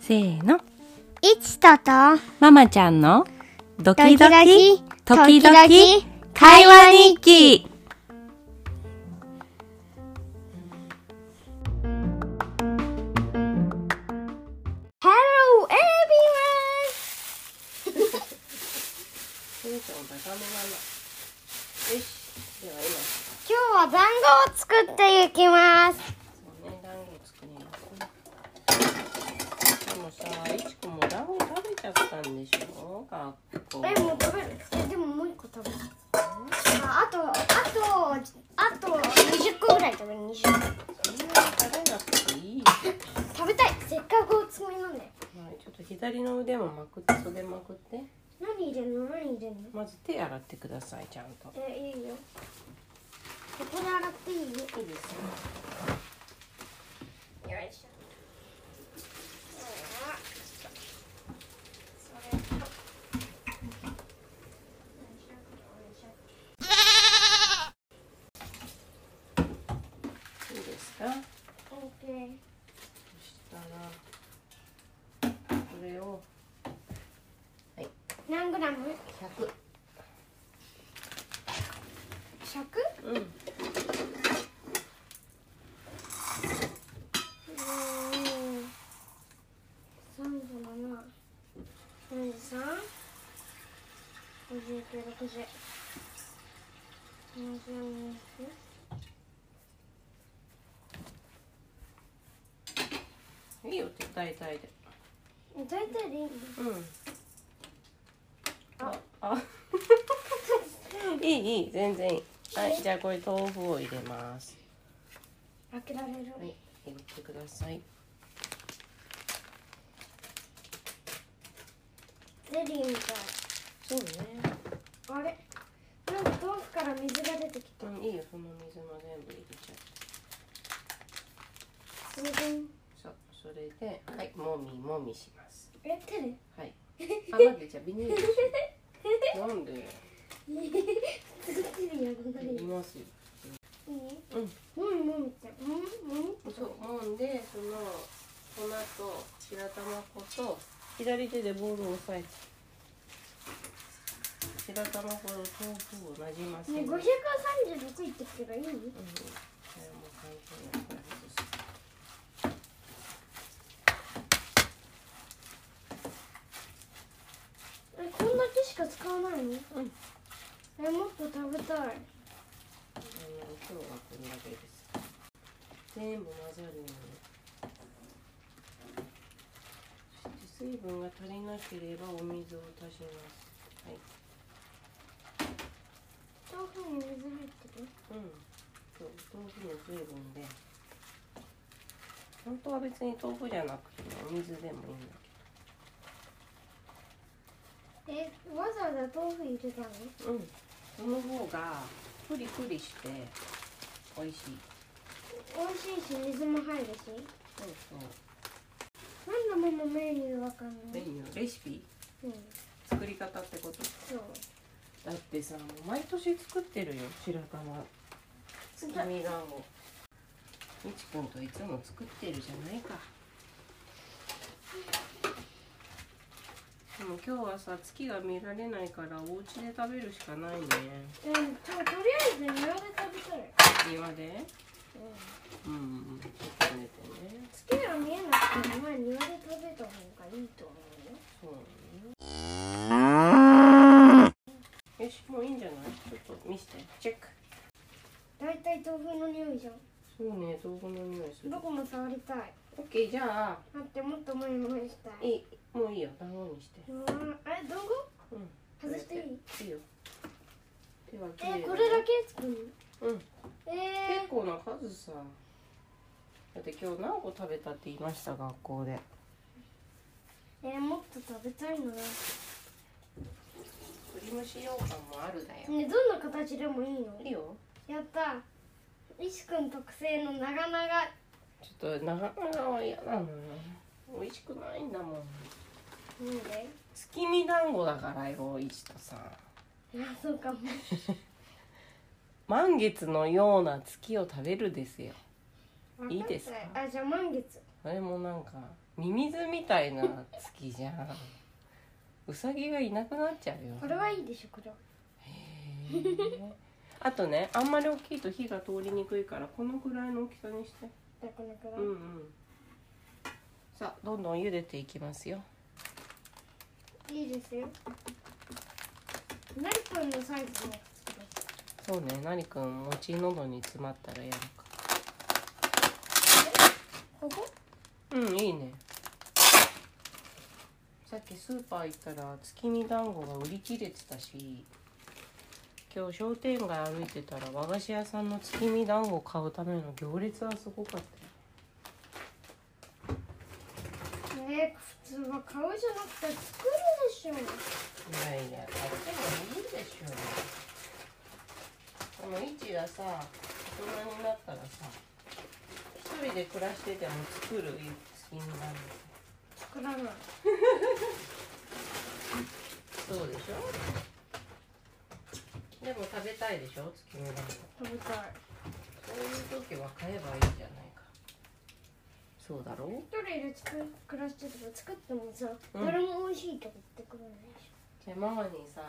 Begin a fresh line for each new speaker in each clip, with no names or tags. せーの。
いちとと、
ママちゃんのドキド
ド
キ、時
キドキ
々、会話日記。
Hello everyone! 今日は団子を作っていきます。
そうね、団子作りますね。でもさ、いちこも団子食べちゃったんでしょ学校。
え、もう食べる。え、でももう一個食べる。あ、あと、あと、あと20個ぐらい食べる。20個。
そんなに食べなくていいじゃん。
食べたい。せっかくおつもりなんだよ。
はいちょっと左の腕もまくって、袖まくって。
何入れるの何入れるの
まず手洗ってください、ちゃんと。
え、いいよ。ここで洗っていいよ。
いいですよ。
よいしょ。それとよいしょよいしょ
いいですかそ
オッケー。
したら、これを
何グラム？
100。
百？
うん。うん。
三十七。四十三。五十九六十。七十二十。
いいよ、手大体で。
大体でいい
う
の。
ん。
あ
あ、あ。 いい、いい、全然いい。はい、じゃあ、これ豆腐を入れます。
開けられる。
はい、入れてください。
ゼリーみたい。
そうね。
あれ？なんか豆腐から水が出てき
うん、いいよ、その水も全部入れちゃって。
た。そ
そう、それ
れで
で、はい、もみもみします。
え手で。
はい。あ、待って、じゃあ、ビニールしよう。なんでよ、
手でやるの
いり
に。
ますよ。
いい？
うん。
もみもみって。もみもみって。
そう、もんで、その、粉と白玉粉と、左手でボールを押さえて。白玉粉と豆腐をなじませ
ね、
る。
五百三十六いってくけどいい？
うん、これもう簡単なやつです。
え、こんだけしか使わないの？うん。え、もっと食べた
あの今日はこ
い。
れだけです。全部混ざるように。そして水分が足りなければお水を足します。はい。
豆腐に水入ってる？
うん。そう豆腐の水分で。本当は別に豆腐じゃなくてもお水でもいいんだ
え、わざわざ豆腐入れたの？
けど。うん。その方がプリプリして美味しい。
美味しいし水も入るし。
そうそう。
なんでママメニューわかんな
メ
い？
ニューレシピ
うん。
作り方ってこと。
そう。
だってさもう毎年作ってるよ白玉月見団子みちくんといつも作ってるじゃないかでも今日はさ月が見られないからお家で食べるしかないね
うん、ととりあえず庭で食べたい。
庭で
うん。
うんうんちょっと寝てね
月が見えなくてもまあ庭で食べた方がいいと思うよ。
そうねよしもういいんじゃないちょっと見せてチェック
だいたい豆腐の匂いじゃん。
そうね豆腐の匂いする
どこも触りたい。
オッケーじゃあ
待って、もっともみもみしたい。
いいもういいよ団子にして
うん、え、どこ
うん
外していい
いいよ。手は綺麗だ
え
ね
これだけ作るの
うん。
え
結構な数さ。だって今日何個食べたって言いました学校で。
ー、えーもっと食べたいな、ね、
栗蒸し羊羹もあるだよ。
どんな形でもいいの
いいよ。
やった石くん特製の長々
ちょっと長々は嫌なのよ。美味しくないんだもん。
なんで
月見団子だからよ、いちとさん。
いやそうかも
満月のような月を食べるですよいいですか
あじゃあ満月
あれもなんかミミズみたいな月じゃん ウサギがいなくなっちゃうよ
これはいいでしょこれは
へーあとねあんまり大きいと火が通りにくいからこのくらいの大きさにして
なかなか
うんうんさあどんどん茹でていきますよ
いいですよなりくんのサイズのやつ作ろ
そ
う
うねなりくん餅喉に詰まったらやるか
ここ
うんいいねさっきスーパー行ったら月見団子が売り切れてたし今日商店街歩いてたら和菓子屋さんの月見団子を買うための行列はすごかったよ
ね普通は買うじゃなくて作るでしょ
いやいや、買ってもいいでしょう。この位置がさ、大人になったらさ、一人で暮らしてても作る月になる。
作らない
そうでしょでも食べたいでしょ月見なんか。
食べたい
そういう時は買えばいいんじゃないか。そうだろう
一人で作暮らしてても作ってもさ、
うん
誰も美味しいとか言ってくれないでし
じゃあママにさ、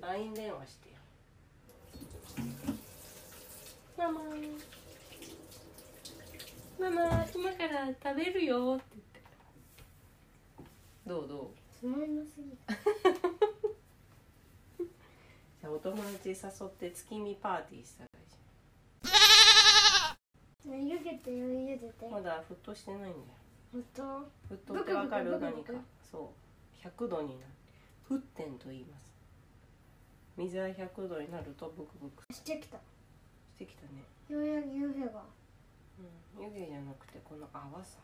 LINE 電話してよ。ママママ今から食べるよって言ってどうどう
ょつまんなすぎる
じゃあお友達誘って月見パーティーしたらいいじ
ね湯気てよ茹でて
ゃん
ほ
ま
ん
だ沸騰してないんだよ
と
沸騰ってわかる
ブクブクブク
何
ブク
かそう100度になる沸点と言います水が100度になるとブクブク
してきた
してきたね
ようやく湯気が
うん湯気じゃなくてこの泡さ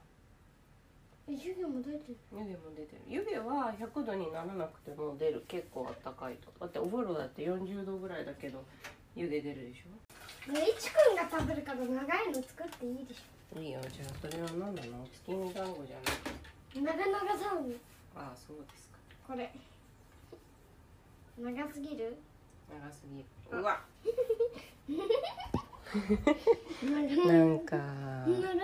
え湯気も出てる
湯気も出てる湯気は100度にならなくても出る結構あったかいとだってお風呂だって40度ぐらいだけど湯気出るでし
ねいちくんが食べるから長いの作っていいでし
ょいいよじゃあそれは何なの月見団子じゃなくて
ょ長々さん
ああそうですか
これ長すぎる
長すぎるうわ
長々
なんか
長々だ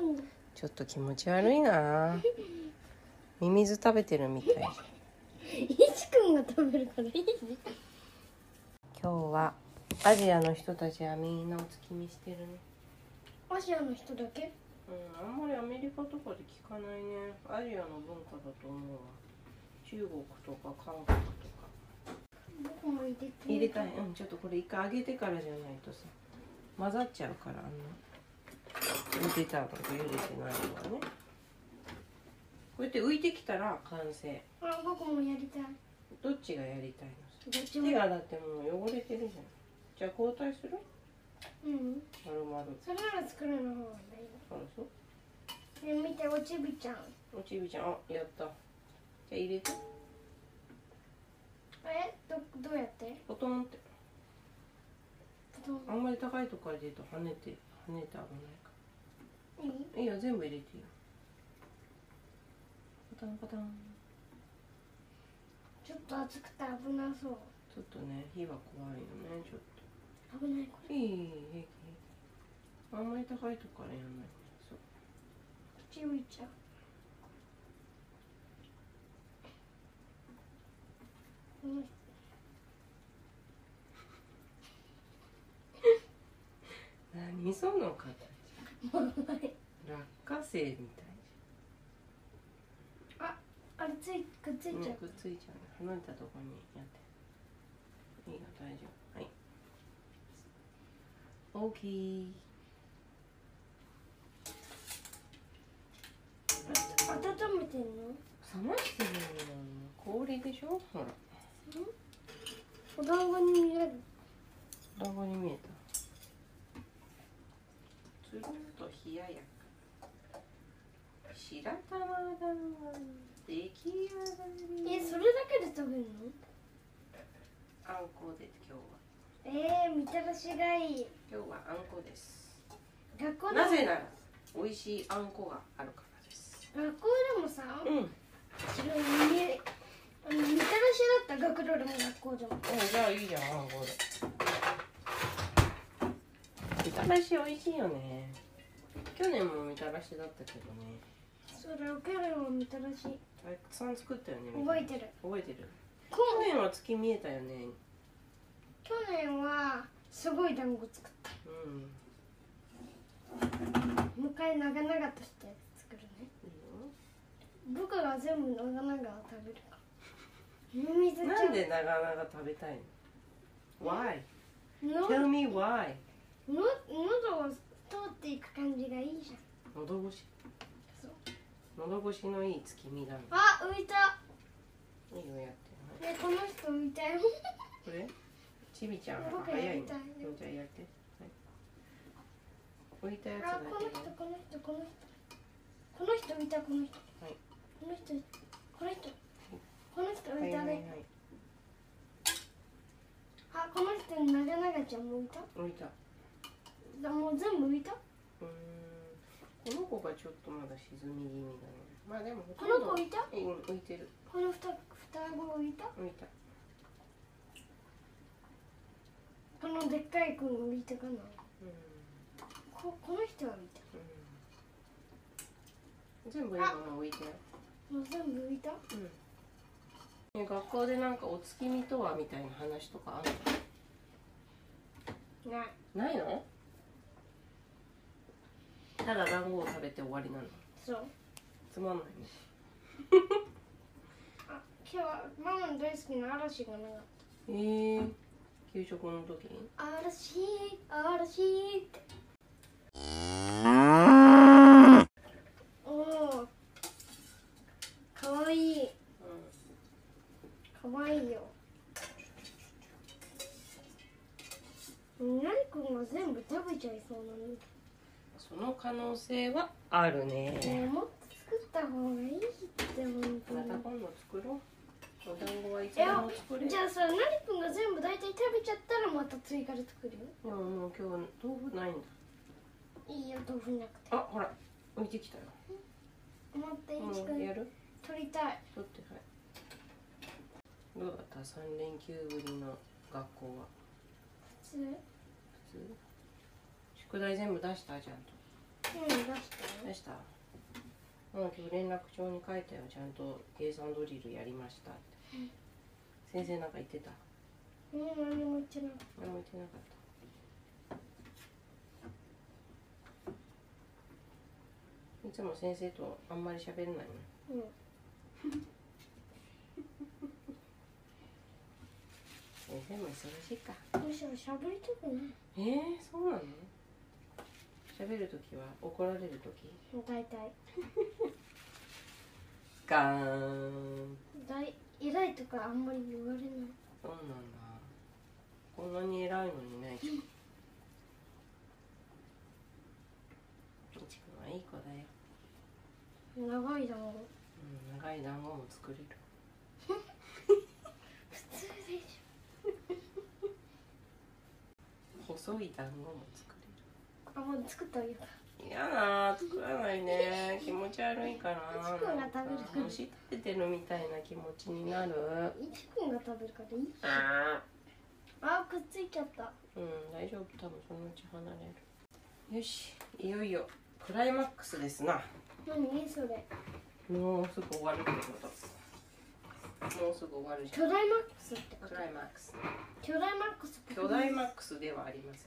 んだ
ちょっと気持ち悪いなミミズ食べてるみたい
いちくんが食べるからいいね
今日はアジアの人たちはみんなお月見してるね
アジアの人だけ
うん、あんまりアメリカとかで聞かないねアジアの文化だと思うわ中国とか韓国とか
僕も入れて
入れたいうんちょっとこれ一回揚げてからじゃないとさ混ざっちゃうからあの茹でたのと茹でてないのはねこうやって浮いてきたら完成
あ僕もやりたい
どっちがやりたい
どっち
の
も
手がだってもう汚れてるじゃんじゃあ交代する
うん
まるまる
それなら作るの方がいい
あらそう
ね見ておちびちゃん
おちびちゃんあやったじゃあ入れて
えどどうやって
ポトンって
どう
あんまり高いとこから出ると跳ねて跳ねて危ないか
いい
らいいよ全部入れていいよパタンパタン
ちょっと熱くて危なそう
ちょっとね火は怖いよねちょっと
危ないこ
いい平気あんまり高いとこからやんないそう
れちび ちゃんうん
何その形
はい
落花生みたい
あれついくっつい
じゃん
ちゃ
ね
う、
くっついちゃう離れたとこにやっていいよ大丈夫はい大きい
あ温めてんの
冷ましてるのよ氷でしょほら
お団子に見える
団子に見えたつるっと冷ややか白玉団子出来上がり
えそれだけで食べるの
あんこで今
えー、みたらしがいい
日は今日はあんこです
学校でも
なぜなら美味しいあんこがあるからです
学校でもさ
うん
白い耳あみたらしだった学童でも学校でも
うんじゃあいいじゃん暗号でみたらし美味しいよね去年もみたらしだったけどね
それをキャラもみたらした
くさん作ったよねみた
覚
ら
え
して
る
覚えてる
去
去
年
年は月見えたよね
去年はすごい団子作った
うん
もう一回長々として作るね
いいよ
僕が全部長々食べるからミミズちゃん
なんで長々食べたいの ?Why?
の
Tell me why?
の喉を通っていく感じがいいじゃん
喉越し
そう
喉越しのいい月見だね
あ浮いた
いいよやって
ねこの人浮いたよ
これちびちゃん
僕
早い
や
ね
りたい
うんじゃあやって、はい、置いたやつだ
あ
け
この人この人この人この人浮いたこの人、
はい
この人この人この人浮いた
はいはいはい
ね、あこの人長々ちゃんも浮いた
置いたう
だもう全部浮いた
ーんこの子がちょっとまだ沈み気味だねまあでもほ
ことの
んど
子浮いた
うん浮いてる
この双双子浮いた
浮いた
このでっかい子も浮いたかな
うんうん
ここの人は浮いた
全部今は置いてない
もう全部浮いた
ね学校でなんかお月見とはみたいな話とかある
ない
のないのただ団子を食べて終わりなの
そう
つまんないね
あ今日はママの大好きな嵐がなかっ
えー、給食の時に
た嵐嵐っておおかわいいかわいいよなりくんが全部食べちゃいそうなの
その可能性はある
ね
ね
えもっと作った方がいいって本当
また
に
今度作ろうお団子はいつでも作れる
じゃあさなりくんが全部大体食べちゃったらまた追加で作るよ
でももう今日豆腐ないんだ
いいよ豆腐なくて
あほら置いてきたよ
待っていちく
うんんやる
取りたい
取ってはいどうだった三連休ぶりの学校は
普通うん
普通宿題全部出したじゃんと
出して
出したうん今日連絡帳に書いたよちゃんと計算ドリルやりましたって先生なんか言ってた
うん何も言ってない
何も言ってなかったいつも先生とあんまり喋れないの
うん
先生も忙しいか
むしろ喋りたくない
えー、そうなの喋るときは怒られるとき
もう大体
ガーン
だい偉いとかあんまり言われない
そうなんだこんなに偉いのにねいちくんいちくんはいい子だよ、
長いだもん
うん、長い団子も作れる
普通でし
細い団子も作れる
ょあもう作ってあげようか
嫌な作らないね気持ち悪いから
いちくんが食べる
なんか虫食べてるみたいな気持ちになる
いちくんが食べるからいい
あ
あくっついちゃった
ーうん大丈夫多分そのうち離れるよしいよいよクライマックスですな
何それ
もうすぐ終わるってこともうすぐ終わるじ
巨大マックスって
ゃんクライマックス
巨大マックス
巨大マックスではありません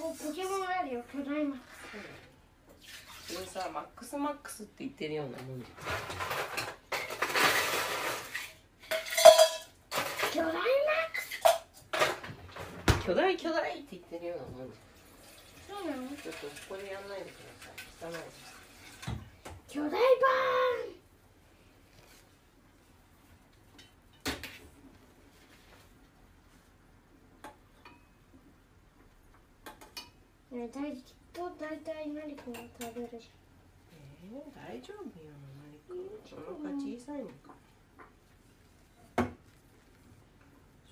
ポポケモンあるよ巨大マック
それさマックスマックスって言ってるようなもんじ
ス巨大マック
ゃ
ス
ん巨大巨大って言ってるようなもんじ
そうなの
ゃんちょっとここでやんないでください汚いです
巨大バーンねえ大きっと大体何かを食べるじ
えー、大丈夫よ、マリ君。お腹小さいのか。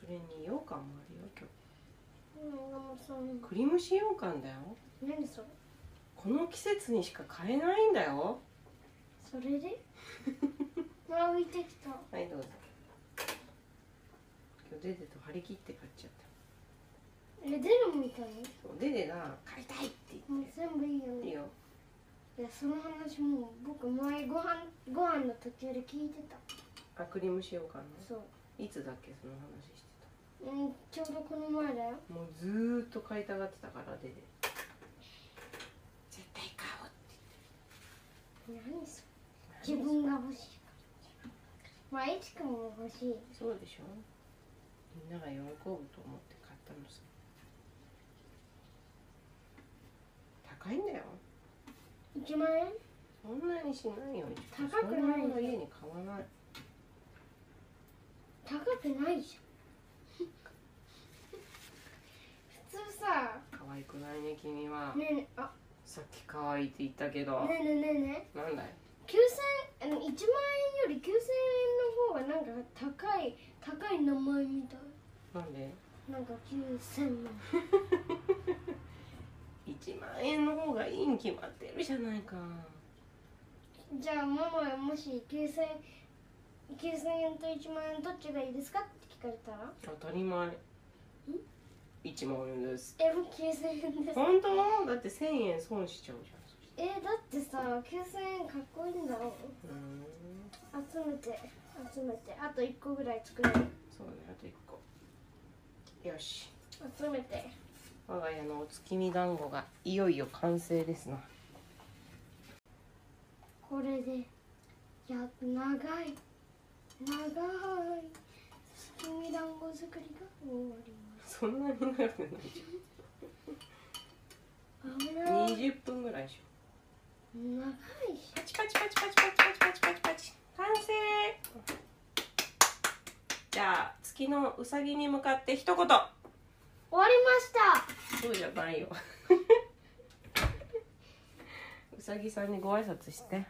それに羊羹もあるよ、今
ゃん。うん、もうその
日。クリームシ羊羹だよ。
何それ
この季節にしか買えないんだよ。
それでわあ浮いてきた
はい、どうぞ。今日デデと張り切って買っちゃった
え出るみたい
そうデデが買いたいって言って
もう全部いいよ
いい
ね
よ
いやその話もう僕前ご飯ご飯の時より聞いてた
あクリームしようかな
そう
いつだっけその話して
うんちょうどこの前だよ
たもうずーっと買いたがってたからデデ絶対買おうって
何それ自分が欲しいからまあいちくんも欲しい
そうでしょみんなが喜ぶと思って買ったのさ高いんだよ
1万円
そんなにしないよ
高くない
そ
よ
んの家に買わない
高くないじゃん普通さ
可愛くないね君は
ねえねえあ
さっき可愛いって言ったけど
ねえねえねえね
なんだよ
え9000あの1万円より9000円の方がなんか高い高い名前みたい
なん で
なんか9000万
1万円の方がいいに決まってるじゃないか
じゃあママがもし9000 9000円と1万円どっちがいいですかって聞かれたら
当たり前1万円です
えもう9000円です
本当だって1000円損しちゃうじゃんそし
えだってさ9000円かっこいいんだもん
たらうーん
集めて集めてあと1個ぐらい作れる
そうねあと1個よし
集めて
我が家のお月見団子がいよいよ完成ですな
これでや長い長い月見団子作りが終わり
そんなに長くないじ
ます危
ゃ
ない
ん
長い
20分ぐらいでしょ
し
パチパチパチパチパチパチパチパチパチ完成じゃあ月のうさぎに向かって一言
終わりました
そうじゃないよ うさぎさんにご挨拶して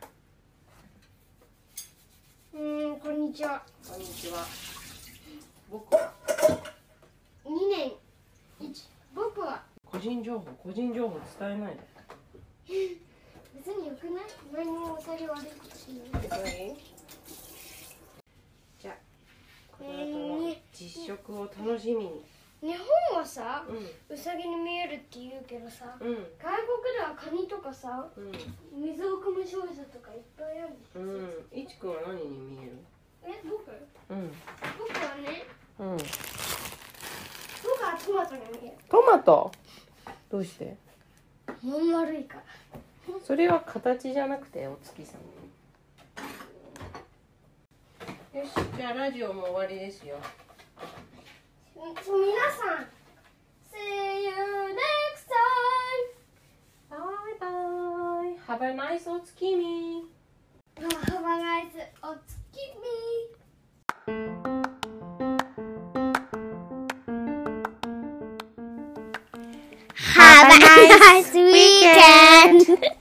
うーんこんにちは
こんにちは僕は
2年1僕は
個人情報個人情報伝えないで
別によくない何もお酒悪いことしない
じゃあこの後の実食を楽しみに
日本はさ
う
うさぎに見えるって言うけどさ
んうん
外国ではカニとかさ
うん
水を汲む少女とかいっぱいある
う
でしょ、
ん、いちくんは何に見える
え僕
うん
僕はね
うん
僕はトマトに見える
トマトどうして
まん丸いから
それは形じゃなくてお月さんよしじゃあラジオも終わりですよ
うん皆さん See you next time!
バイバイハバナイスお月見
ハバナイスお月見
Have a nice weekend.